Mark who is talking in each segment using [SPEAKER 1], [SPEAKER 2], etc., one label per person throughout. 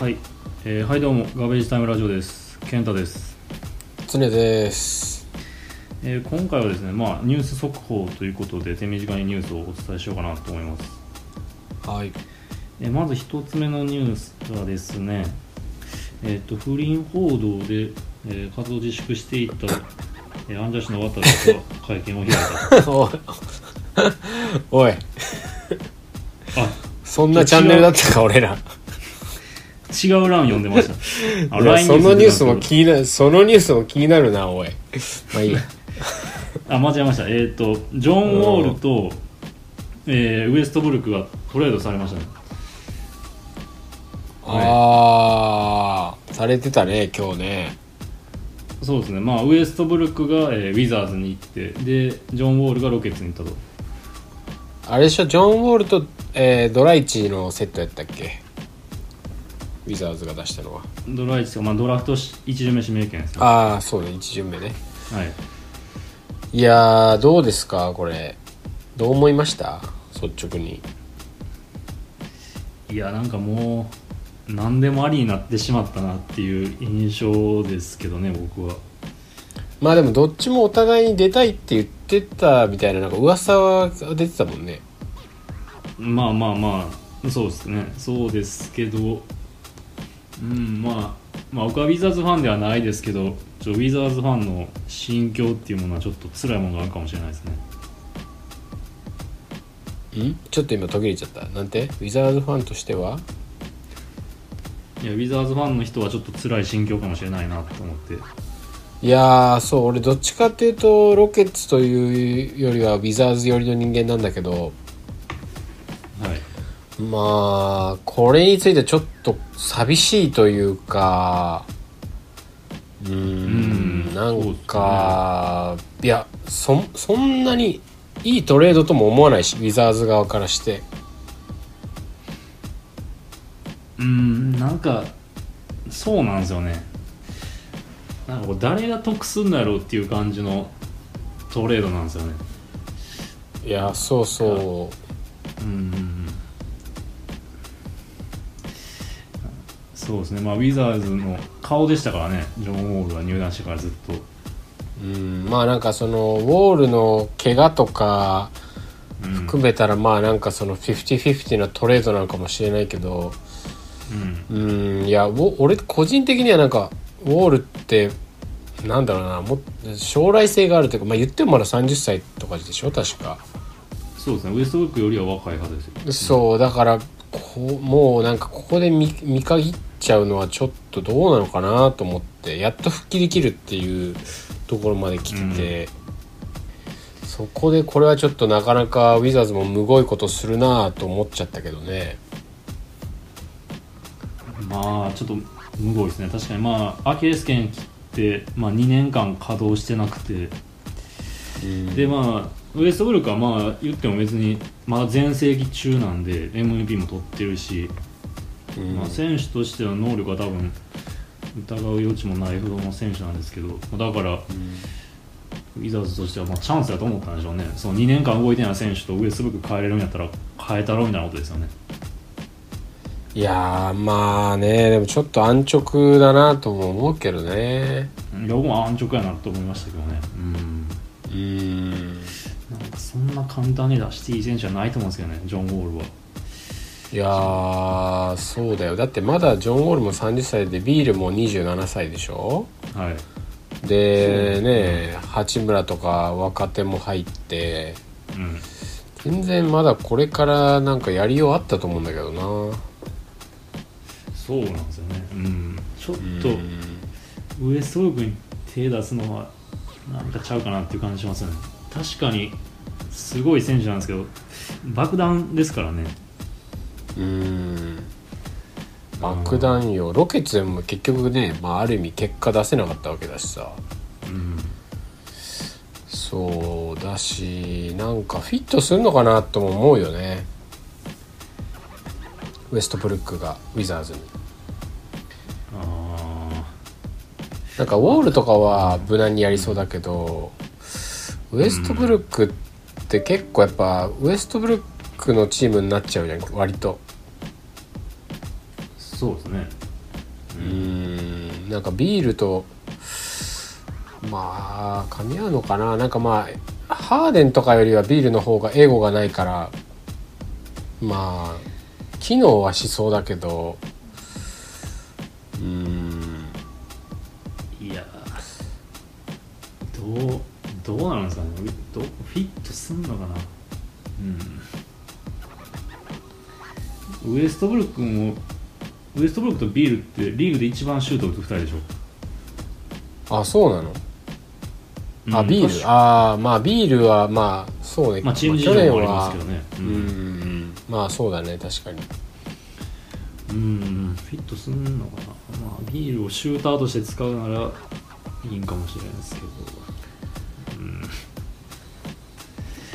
[SPEAKER 1] はい、えーはいどうもガベージタイムラジオです健太です、
[SPEAKER 2] つねです
[SPEAKER 1] えー今回はですねまあニュース速報ということで手短にニュースをお伝えしようかなと思います、
[SPEAKER 2] はい
[SPEAKER 1] えーまず一つ目のニュースがですねえっ、と不倫報道で、えー活動自粛していた、えー、アンジャッシュの渡部が会見を開い
[SPEAKER 2] おいおい
[SPEAKER 1] たあ
[SPEAKER 2] そんなチャンネルだったか俺ら
[SPEAKER 1] 違う欄読んでました あ
[SPEAKER 2] いや
[SPEAKER 1] LINE
[SPEAKER 2] そのニュース
[SPEAKER 1] 出
[SPEAKER 2] も
[SPEAKER 1] たんです
[SPEAKER 2] 気になるそのニュースも気になるなおいまあいいや
[SPEAKER 1] けどあ間違えましたえっ、とジョン・ウォールと、えーウエストブルクがトレードされましたね
[SPEAKER 2] ああされてたね今日ね
[SPEAKER 1] そうですね、まあ、ウエストブルックが、えーウィザーズに行ってでジョン・ウォールがロケッツに行ったと
[SPEAKER 2] あれでしょジョン・ウォールと、えードライチのセットやったっけウィザーズが出したのは
[SPEAKER 1] ドライチとか、まあ、ドラフトし1巡目指名権ですね、
[SPEAKER 2] ああそうね1巡目ね
[SPEAKER 1] はい、
[SPEAKER 2] いやーどうですかこれどう思いました率直に
[SPEAKER 1] いやなんかもう何でもありになってしまったなっていう印象ですけどね僕は
[SPEAKER 2] まあでもどっちもお互いに出たいって言ってたみたいななんか噂は出てたもんね
[SPEAKER 1] まあまあまあそうですねそうですけどうんまあまあ僕はウィザーズファンではないですけどちょウィザーズファンの心境っていうものはちょっと辛いものがあるかもしれないですね
[SPEAKER 2] んちょっと今途切れちゃったなんてウィザーズファンとしてはい
[SPEAKER 1] やウィザーズファンの人はちょっと辛い心境かもしれないなと思って
[SPEAKER 2] いやーそう俺どっちかっていうとロケッツというよりはウィザーズ寄りの人間なんだけど
[SPEAKER 1] はい、
[SPEAKER 2] まあこれについてちょっと寂しいというかうーん
[SPEAKER 1] うん
[SPEAKER 2] なんか、いやそそんなにいいトレードとも思わないしウィザーズ側からして。
[SPEAKER 1] うんなんかそうなんですよねなんかこう誰が得すんだろうっていう感じのトレードなんですよね
[SPEAKER 2] いやそうそう
[SPEAKER 1] うんうんうんそうですねまあウィザーズの顔でしたからねジョン・ウォールが入団してからずっと
[SPEAKER 2] うん、まあなんかそのウォールの怪我とか
[SPEAKER 1] うん
[SPEAKER 2] 含めたらまあなんかその50-50なトレードなのかもしれないけど
[SPEAKER 1] うん
[SPEAKER 2] うんいやウォ俺個人的にはなんかウォールってなんだろうなもっ将来性があるというか、まあ、言ってもまだ30歳とかでしょ確か
[SPEAKER 1] そうですねウエストブルックよりは若いはずですよ
[SPEAKER 2] そうだからこうもうなんかここで見見限っちゃうのはちょっとどうなのかなと思ってやっと復帰できるっていうところまで来てて、そこでこれはちょっとなかなかウィザーズもむごいことするなぁと思っちゃったけどね
[SPEAKER 1] まあちょっと無謀ですね確かにまあアキレス腱切って、まあ、2年間稼働してなくて
[SPEAKER 2] うん
[SPEAKER 1] でまあウエストブルックはまあ言っても別にまあ全盛期中なんで MVP も取ってるし、
[SPEAKER 2] うん
[SPEAKER 1] まあ、選手としての能力は多分疑う余地もないほどの選手なんですけどだからウィザーズとしてはまあチャンスだと思ったんでしょうねその2年間動いてない選手とウエストブルック変えれるんやったら変えたろうみたいなことですよね
[SPEAKER 2] いやーまあねでもちょっと安直だなとも思うけどね
[SPEAKER 1] いや僕も安直やなと思いましたけどねうん
[SPEAKER 2] うん
[SPEAKER 1] なんかそんな簡単に出していい選手じゃないと思うんですけどねジョン・ウォールはい
[SPEAKER 2] やーそうだよだってまだジョン・ウォールも30歳でビールも27歳でしょ
[SPEAKER 1] はい
[SPEAKER 2] でね八村とか若手も入って
[SPEAKER 1] うん
[SPEAKER 2] 全然まだこれからなんかやりようあったと思うんだけどな
[SPEAKER 1] そうなんですよねうんちょっと、
[SPEAKER 2] うん
[SPEAKER 1] ウエストブルックに手出すのはなんかちゃうかなっていう感じしますよね確かにすごい選手なんですけど爆弾ですからね
[SPEAKER 2] うん爆弾よロケッツでも結局ね、まあ、ある意味結果出せなかったわけだしさ
[SPEAKER 1] うん
[SPEAKER 2] そうだしなんかフィットするのかなとも思うよねウエストブルックがウィザーズに
[SPEAKER 1] あ
[SPEAKER 2] なんかウォールとかは無難にやりそうだけど、ウエストブルックって結構やっぱウエストブルックのチームになっちゃうじゃん割と
[SPEAKER 1] ーそうですね
[SPEAKER 2] なんかビールとまあ噛み合うのかななんかまあハーデンとかよりはビールの方がエゴがないからまあ機能はしそうだけどうーん
[SPEAKER 1] いやーどうどうなんですかねどうフィットすんのかなうんウエストブルックもウエストブルックとビールってリーグで一番シュート打つ2人でしょ、
[SPEAKER 2] あそうなの
[SPEAKER 1] うん
[SPEAKER 2] あビー
[SPEAKER 1] 確
[SPEAKER 2] ル
[SPEAKER 1] か
[SPEAKER 2] ああまあビールはまあそうね、
[SPEAKER 1] まあチーム事
[SPEAKER 2] 去
[SPEAKER 1] 情
[SPEAKER 2] 年
[SPEAKER 1] もありま
[SPEAKER 2] は
[SPEAKER 1] すけどねう
[SPEAKER 2] うん
[SPEAKER 1] ん
[SPEAKER 2] まあそうだね確かに
[SPEAKER 1] うんフィットすんのかなまあビールをシューターとして使うならいいんかもしれないですけど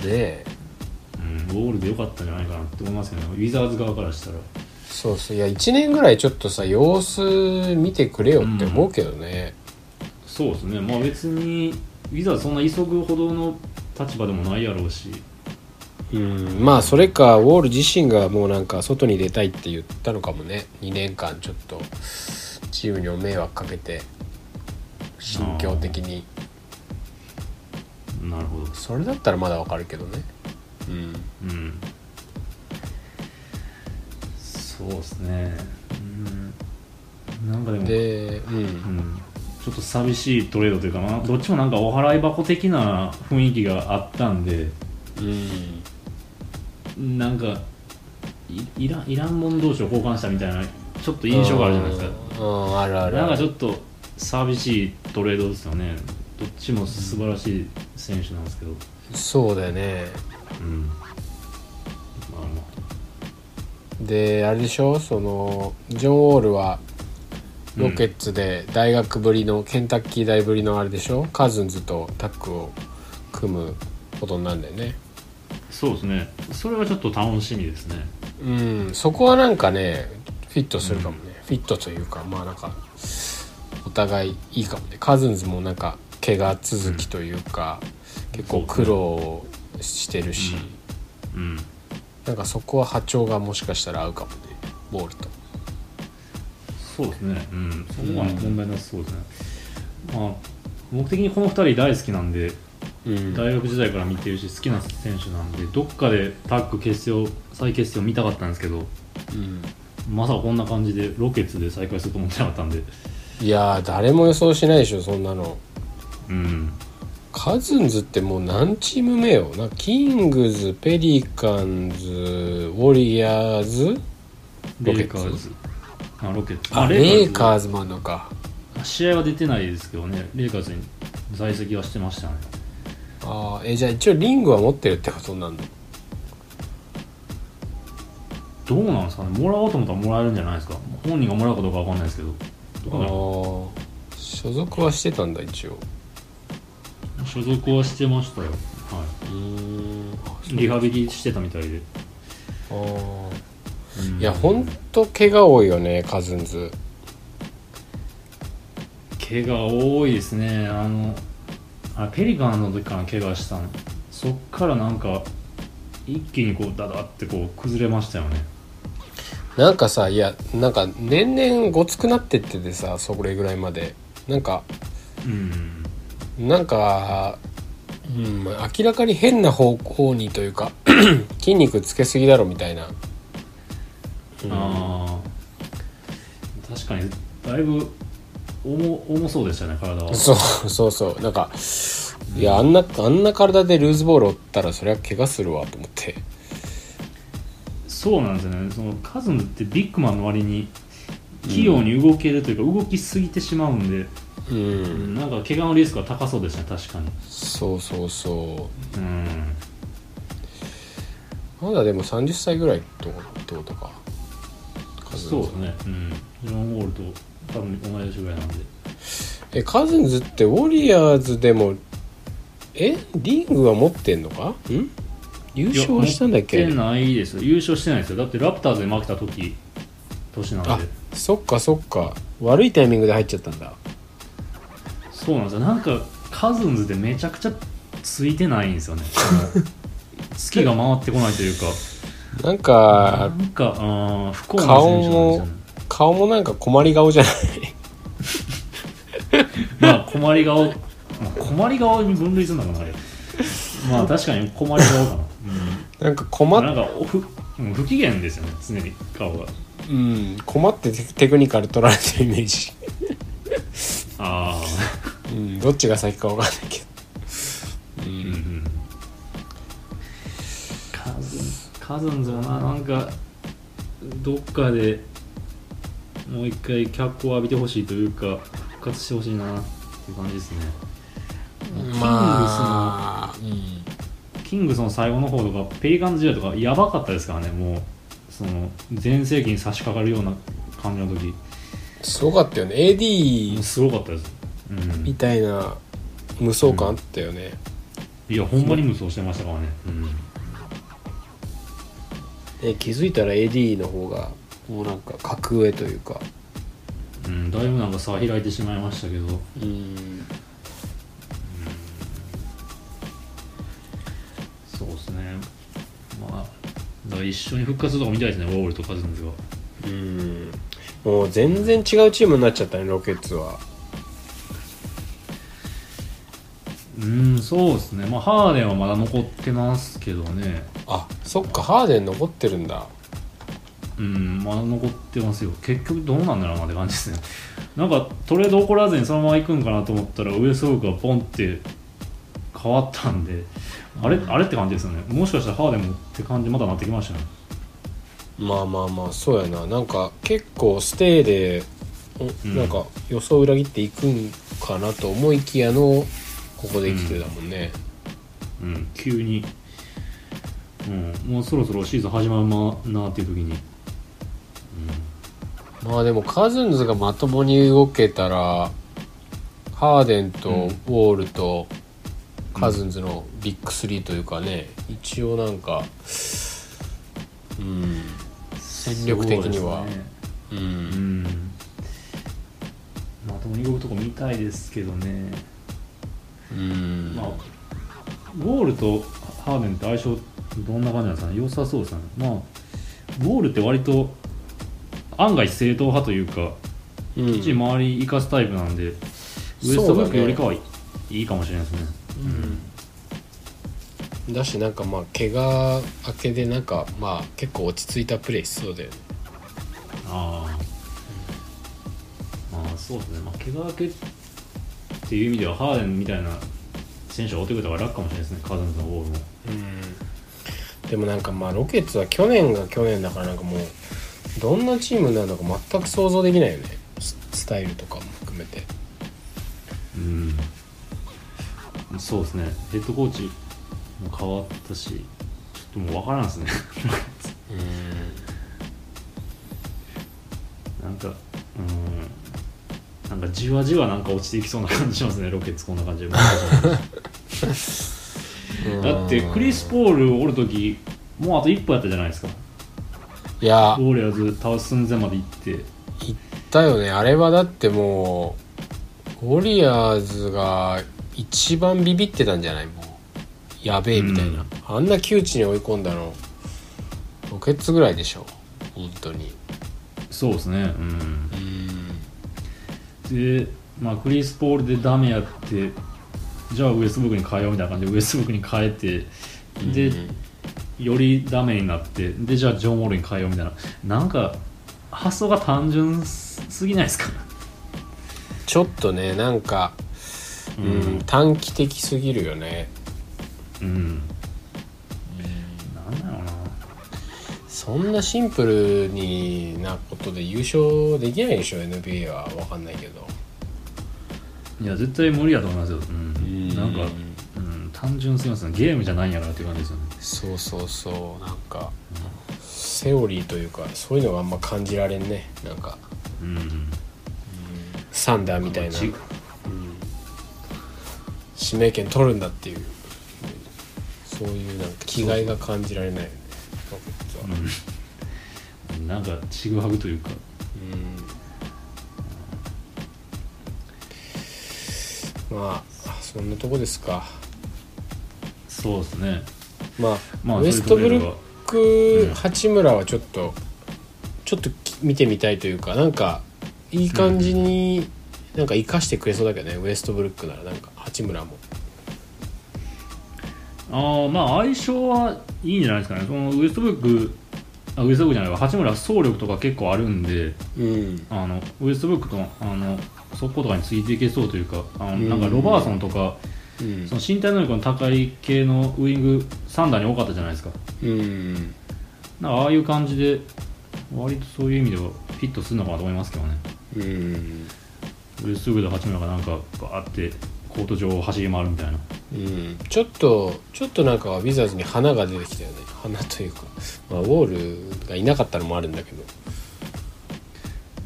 [SPEAKER 2] で
[SPEAKER 1] うんゴールでよかったんじゃないかなって思いますけどねウィザーズ側からしたら
[SPEAKER 2] そうそういや1年ぐらいちょっとさ様子見てくれよって思うけどね、
[SPEAKER 1] そうですねまあ別にウィザーズそんな急ぐほどの立場でもないやろうし
[SPEAKER 2] うんまあそれかウォール自身がもうなんか外に出たいって言ったのかもね2年間ちょっとチームにも迷惑かけて心境的に
[SPEAKER 1] なるほど
[SPEAKER 2] それだったらまだわかるけどねうん
[SPEAKER 1] うんそうですねうんなんかでも
[SPEAKER 2] でう
[SPEAKER 1] うんん、ちょっと寂しいトレードというか、まあ、どっちもなんかお払い箱的な雰囲気があったんで
[SPEAKER 2] うん
[SPEAKER 1] なんかいいらんいらんもの同士を交換したみたいなちょっと印象があるじゃないですか
[SPEAKER 2] うんうんあるある
[SPEAKER 1] なんかち
[SPEAKER 2] ょっ
[SPEAKER 1] ょっと寂しいトレードですよねどっちも素晴らしい選手なんですけど
[SPEAKER 2] とそうだよね
[SPEAKER 1] うんまあま
[SPEAKER 2] であれでしょそのジョン・ウォールはロケッツで大学ぶりの、ケンタッキー大ぶりのあれでしょカズンズとタッグを組むことになるんだよね
[SPEAKER 1] あそうですねそれはちょっと楽しみですね
[SPEAKER 2] うんそこはなんかねフィットするかもね、フィットというかまあなんかお互いいいかもねカズンズもなんか怪我続きというか、結構苦労してるし、
[SPEAKER 1] うん
[SPEAKER 2] なんかそこは波長がもしかしたら合うかもねボールと
[SPEAKER 1] そうですねうんそこは問題なさそうですね、まあ僕的にこの2人大好きなんで
[SPEAKER 2] うん
[SPEAKER 1] 大学時代から見てるし好きな選手なんでどっかでタッグ結成を再結成を見たかったんですけど
[SPEAKER 2] うん
[SPEAKER 1] まさかこんな感じでロケツで再開すると思ってなかったんで
[SPEAKER 2] いやー誰も予想しないでしょそんなの
[SPEAKER 1] うん
[SPEAKER 2] カズンズってもう何チーム目よなキングズペリカンズウォリアーズ
[SPEAKER 1] レ
[SPEAKER 2] ロ
[SPEAKER 1] イ
[SPEAKER 2] ケッ
[SPEAKER 1] カ
[SPEAKER 2] ツ
[SPEAKER 1] ーズあロケッツ
[SPEAKER 2] あレイカーズもあんのか
[SPEAKER 1] ズ試合は出てないですけどねレイカーズに在籍はしてましたね
[SPEAKER 2] あーえじゃあ一応リングは持ってるってことになるの
[SPEAKER 1] どうなんですかねもらおうと思ったらもらえるんじゃないですか本人がもらうかどうかわかんないですけどどうかな
[SPEAKER 2] ああ所属はしてたんだ一応
[SPEAKER 1] 所属はしてましたよ、は
[SPEAKER 2] うーんあ
[SPEAKER 1] い、リハビリしてたみたいで、
[SPEAKER 2] ー
[SPEAKER 1] うん
[SPEAKER 2] いやほんと怪我多いよねカズンズ
[SPEAKER 1] 怪我多いですねあのあペリカンの時から怪我したのそっからなんか一気にこうダダってこう崩れましたよね
[SPEAKER 2] なんかさいやなんか年々ごつくなってっててさそれぐらいまでなんか
[SPEAKER 1] うん
[SPEAKER 2] なんか、うん、明らかに変な方向にというか 筋肉つけすぎだろみたいな、うん
[SPEAKER 1] あー確かにだいぶ重重そうでしたね体は
[SPEAKER 2] そうそうそうなんかいやあんなあんな体でルーズボール折ったらそりゃ怪我するわと思って
[SPEAKER 1] そうなんですよねそのカズンってビッグマンの割に器用に動けるというか、動きすぎてしまうんで、
[SPEAKER 2] うん、
[SPEAKER 1] なんか怪我のリスクが高そうでしたね確かに
[SPEAKER 2] そうそうそ
[SPEAKER 1] うん
[SPEAKER 2] うまだでも30歳ぐらいってことか
[SPEAKER 1] そうですねうんジョン・ウォールと多分同い年ぐらいなんで
[SPEAKER 2] えカズンズってウォリアーズでもえリングは持ってんのかん優
[SPEAKER 1] いや
[SPEAKER 2] 勝はしたんだっけ
[SPEAKER 1] 持ってないですよ優勝してないですよだってラプターズで負けた時年なんで
[SPEAKER 2] あそっかそっか悪いタイミングで入っちゃったんだ
[SPEAKER 1] そうなんですよなんかカズンズでめちゃくちゃついてないんですよね月が回ってこないというか
[SPEAKER 2] なん
[SPEAKER 1] な
[SPEAKER 2] か
[SPEAKER 1] んかあー不幸な選手なんですよね
[SPEAKER 2] 顔もなんか困り顔じゃない
[SPEAKER 1] まあ困り顔、まあ、困り顔に分類するのかなあれまあ確かに困り顔かな、
[SPEAKER 2] なんか
[SPEAKER 1] うん、まあ
[SPEAKER 2] 困
[SPEAKER 1] なん
[SPEAKER 2] っ、
[SPEAKER 1] かおふうん不機嫌ですよね常に顔が
[SPEAKER 2] うん、困ってテテクニカル取られてるイメージ。
[SPEAKER 1] ああ
[SPEAKER 2] うん、どっちが先かわかんないけど。う。
[SPEAKER 1] うんんカズンカズンズもななんかどっかでもう一回脚光を浴びてほしいというか復活してほしいなっていう感じですね
[SPEAKER 2] まあ、うん。
[SPEAKER 1] キングスの最後の方とかペリカンズ時代とかやばかったですからねもうその全盛期に差し掛かるような感じの時
[SPEAKER 2] すごかったよね。AD
[SPEAKER 1] すごかったです、う
[SPEAKER 2] み
[SPEAKER 1] ん、
[SPEAKER 2] たいな無双感あったよね。
[SPEAKER 1] いやほんまに無双してましたからね、うん、
[SPEAKER 2] え気づいたら AD の方が、もうなんか格上というか。
[SPEAKER 1] うん、だいぶなんか差開いてしまいましたけど
[SPEAKER 2] うん。
[SPEAKER 1] そうですねまあだから一緒に復活とか見たいですねウォールとカズンズが
[SPEAKER 2] うん。もう全然違うチームになっちゃったね、ロケッツは。
[SPEAKER 1] うんそうですねまあハーデンはまだ残ってますけどね
[SPEAKER 2] あ、そっか、ハーデン残ってるんだ。
[SPEAKER 1] うんまだ残ってますよ結局どうなんだろうなって感じですね なんかトレード起こらずにそのまま行くんかなと思ったらウエストブルクがポンって変わったんであれあれって感じですよねもしかしたらハーデンもって感じまたなってきましたね
[SPEAKER 2] まあまあまあそうやななんか結構ステイで、お
[SPEAKER 1] うん
[SPEAKER 2] なんか予想を裏切っていくんかなと思いきやのここで来てたもんね、
[SPEAKER 1] うん急に、うん、もうそろそろシーズン始まるまなっていう時に、うん、
[SPEAKER 2] まあでもカズンズがまともに動けたらハーデンとウ
[SPEAKER 1] うん
[SPEAKER 2] ォールとカズンズのビッグスリーというかね、一応なんかうん戦力的には
[SPEAKER 1] そうですね
[SPEAKER 2] う
[SPEAKER 1] うんんまともに動くとこ見たいですけどね、
[SPEAKER 2] うん
[SPEAKER 1] まあ、ウォールとハーデンって相性どんな感じなんですかね良さそうですかねまあウォールって割と案外正統派というか
[SPEAKER 2] うん
[SPEAKER 1] 一周り生かすタイプなんで、ウエストブルックよりかはいいいかもしれないですね
[SPEAKER 2] だしなんかまあ怪我明けでなんかまあ結構落ち着いたプレーしそうで
[SPEAKER 1] ああまあそうですね、まあ、怪我明けっていう意味ではハーデンみたいな選手が追ってくれた方が楽かもしれないですねカズンズのボールも
[SPEAKER 2] でもなんかまあロケッツは去年が去年だからなんかもうどんなチームになるのか全く想像できないよねススタイルとかも含めて
[SPEAKER 1] うんそうですねヘッドコーチも変わったしちょっともう分からんですね なんかうんなんかじわじわなんか落ちていきそうな感じしますねロケッツこんな感じでだってクリス・ポールおる時もうあと一歩やったじゃないですか
[SPEAKER 2] いや
[SPEAKER 1] ウォーレアーズ倒す寸前まで行って
[SPEAKER 2] 行ったよねあれはだってもうウォリアーズが一番ビビってたんじゃないもうやべえみたいな、あんな窮地に追い込んだのロケッツぐらいでしょ本当に
[SPEAKER 1] そうですねうん
[SPEAKER 2] うん
[SPEAKER 1] で、まあ、クリス・ポールでダメやってじゃあウエストブルックに変えようみたいな感じでウエストブルックに変えてで、
[SPEAKER 2] うん
[SPEAKER 1] よりダメになってでじゃあジョン・ウォールに変えようみたいななんか発想が単純すぎないですか、
[SPEAKER 2] ちょっとねなんか、
[SPEAKER 1] う
[SPEAKER 2] うん短期的すぎるよね
[SPEAKER 1] うんなんだろうな
[SPEAKER 2] そんなシンプルになことで優勝できないでしょ NBA は分かんないけど
[SPEAKER 1] いや絶対無理やと思いますよ、うん
[SPEAKER 2] うん
[SPEAKER 1] なんか、うん、単純すぎますねゲームじゃないんやからっていう感じですよね
[SPEAKER 2] そうそうそうなんか、セオリーというかそういうのがあんま感じられんねなんか
[SPEAKER 1] うん
[SPEAKER 2] サンダーみたいな、
[SPEAKER 1] ち
[SPEAKER 2] うん指名権取るんだっていうそういうなんか気概が感じられないよねロケッツは
[SPEAKER 1] うんなんかちぐはぐというか
[SPEAKER 2] うんまあそんなとこですか
[SPEAKER 1] そうですね
[SPEAKER 2] まあ、
[SPEAKER 1] まあ
[SPEAKER 2] ウエストブル
[SPEAKER 1] そ
[SPEAKER 2] ッ
[SPEAKER 1] う
[SPEAKER 2] ク、
[SPEAKER 1] うん
[SPEAKER 2] 八村はちょっとちょっとき見てみたいというかなんかいい感じに、なんか生かしてくれそうだけどねウエストブルックならなんか八村も
[SPEAKER 1] ああまあ相性はいいんじゃないですかねそのウエストブルックあウエストブルックじゃないわ八村は走力とか結構あるんで
[SPEAKER 2] うん
[SPEAKER 1] あのウエストブルックとあの速攻とかについていけそうというかあの
[SPEAKER 2] ん
[SPEAKER 1] なんかロバーソンとか、
[SPEAKER 2] うん
[SPEAKER 1] その身体能力の高い系のウイングサンダーに多かったじゃないですか
[SPEAKER 2] うん
[SPEAKER 1] なんかああいう感じで割とそういう意味ではフィットするのかなと思いますけどね
[SPEAKER 2] うん
[SPEAKER 1] ウエストブルックと八村がなんかバーってコート上を走り回るみたいな
[SPEAKER 2] うん、ちょっとちょっとなんかウィザーズに花が出てきたよね花というか、まあ、ウォールがいなかったのもあるんだけど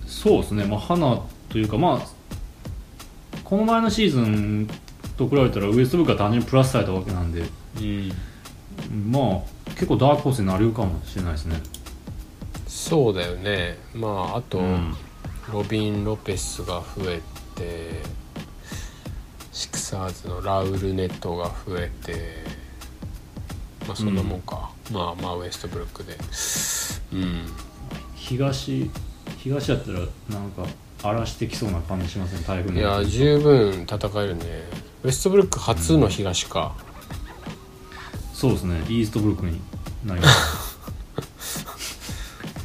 [SPEAKER 1] そうですね、まあ、花というか、まあ、この前のシーズンと比べたらウエストブルックは単純にプラスされたわけなんで、
[SPEAKER 2] うん
[SPEAKER 1] まあ、結構ダークホースになるかもしれないですね。
[SPEAKER 2] そうだよねまああと、
[SPEAKER 1] うん
[SPEAKER 2] ロビン・ロペスが増えてシクサーズのラウル・ネットが増えてまあそんなもんか、まあまあウエストブルックでうん
[SPEAKER 1] 東東だったらなんか荒らしてきそうな感じしますね、台風
[SPEAKER 2] いや
[SPEAKER 1] の。
[SPEAKER 2] 十分戦えるねウエストブルック初の東か、
[SPEAKER 1] そうですね、イーストブルックになり ます。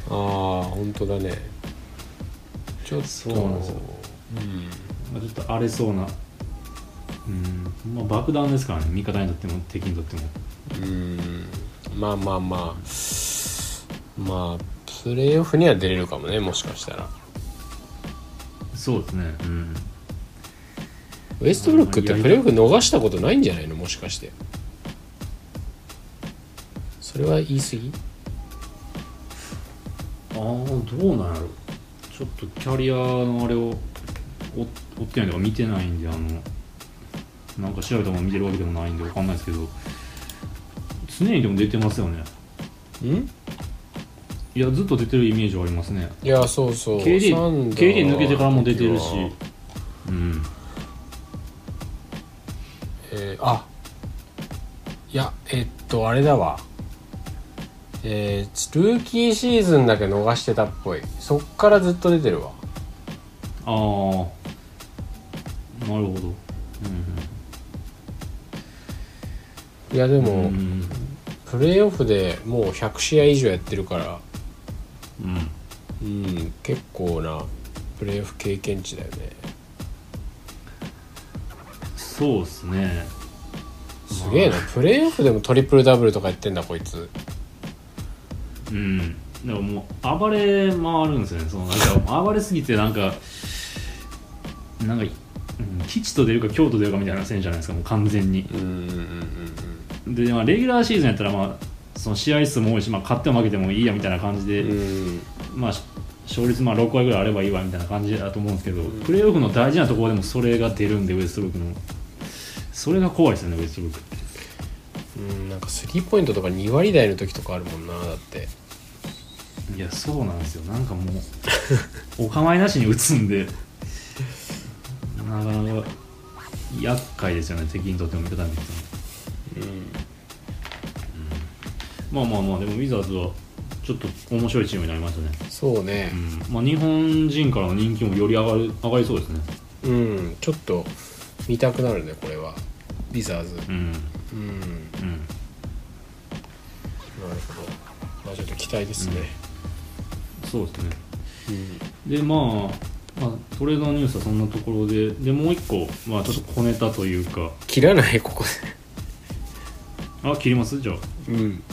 [SPEAKER 2] ああ本当だねちょっと
[SPEAKER 1] そうなんですよ
[SPEAKER 2] うん
[SPEAKER 1] まあちょっと荒れそうな、うんまあ、爆弾ですからね、味方にとっても敵にとっても。
[SPEAKER 2] うんまあまあまあまあプレーオフには出れるかもねもしかしたら
[SPEAKER 1] そうですね、うん、
[SPEAKER 2] ウエストブルックってプレーオフ逃したことないんじゃないのもしかしてそれは言い過ぎ
[SPEAKER 1] ああどうなんやろちょっとキャリアのあれを追っ追ってないとか見てないんであのなんか調べたもの見てるわけでもないんでわかんないですけど常にでも出てますよね
[SPEAKER 2] ん
[SPEAKER 1] いやずっと出てるイメージはありますね
[SPEAKER 2] いやそうそう
[SPEAKER 1] KD,
[SPEAKER 2] サンダー
[SPEAKER 1] KD 抜けてからも出てるし
[SPEAKER 2] の時は
[SPEAKER 1] うん
[SPEAKER 2] えーあいやえっとあれだわえールーキーシーズンだけ逃してたっぽいそっからずっと出てるわ
[SPEAKER 1] ああなるほど
[SPEAKER 2] いやで
[SPEAKER 1] うん
[SPEAKER 2] も、
[SPEAKER 1] うん
[SPEAKER 2] プレーオフでもう100試合以上やってるから
[SPEAKER 1] うん
[SPEAKER 2] うん結構なプレーオフ経験値だよね
[SPEAKER 1] そうっすね
[SPEAKER 2] すげえなプレーオフでもトリプルダブルとか言ってんだこいつ
[SPEAKER 1] うん、だからもう暴れ回るんですよねそのなんか暴れすぎてなんかなんか、うん、吉と出るか京都出るかみたいな選手じゃないですかもう完全に
[SPEAKER 2] うんうんうん
[SPEAKER 1] で、まあ、レギュラーシーズンやったら、まあ、その試合数も多いし、まあ、勝っても負けてもいいやみたいな感じで、
[SPEAKER 2] うんうん
[SPEAKER 1] まあ、し勝率まあ6割ぐらいあればいいわみたいな感じだと思うんですけど、プレーオフの大事なところでもそれが出るんでウエストブルックのそれが怖いですよねウエストブルックって
[SPEAKER 2] うんなんかスリーポイントとか2割台の時とかあるもんなだって
[SPEAKER 1] いやそうなんですよなんかもう お構いなしに打つんでなかなか厄介ですよね敵にとっても味方にとってもまあまあまあでもウィザーズはちょっと面白いチームになりましたね、
[SPEAKER 2] そうね
[SPEAKER 1] うんまあ、日本人からの人気もより上がる上がりそうですね
[SPEAKER 2] うんちょっと見たくなるねこれはウィザーズ
[SPEAKER 1] うん
[SPEAKER 2] うんなる
[SPEAKER 1] うん
[SPEAKER 2] ほどまあちょっと期待ですね
[SPEAKER 1] そうですね
[SPEAKER 2] うん
[SPEAKER 1] でまあ、まあ、トレードのニュースはそんなところででもう一個、まあ、ちょっと小ネタというか
[SPEAKER 2] 切らないここ
[SPEAKER 1] あ切りますじゃあ
[SPEAKER 2] でうん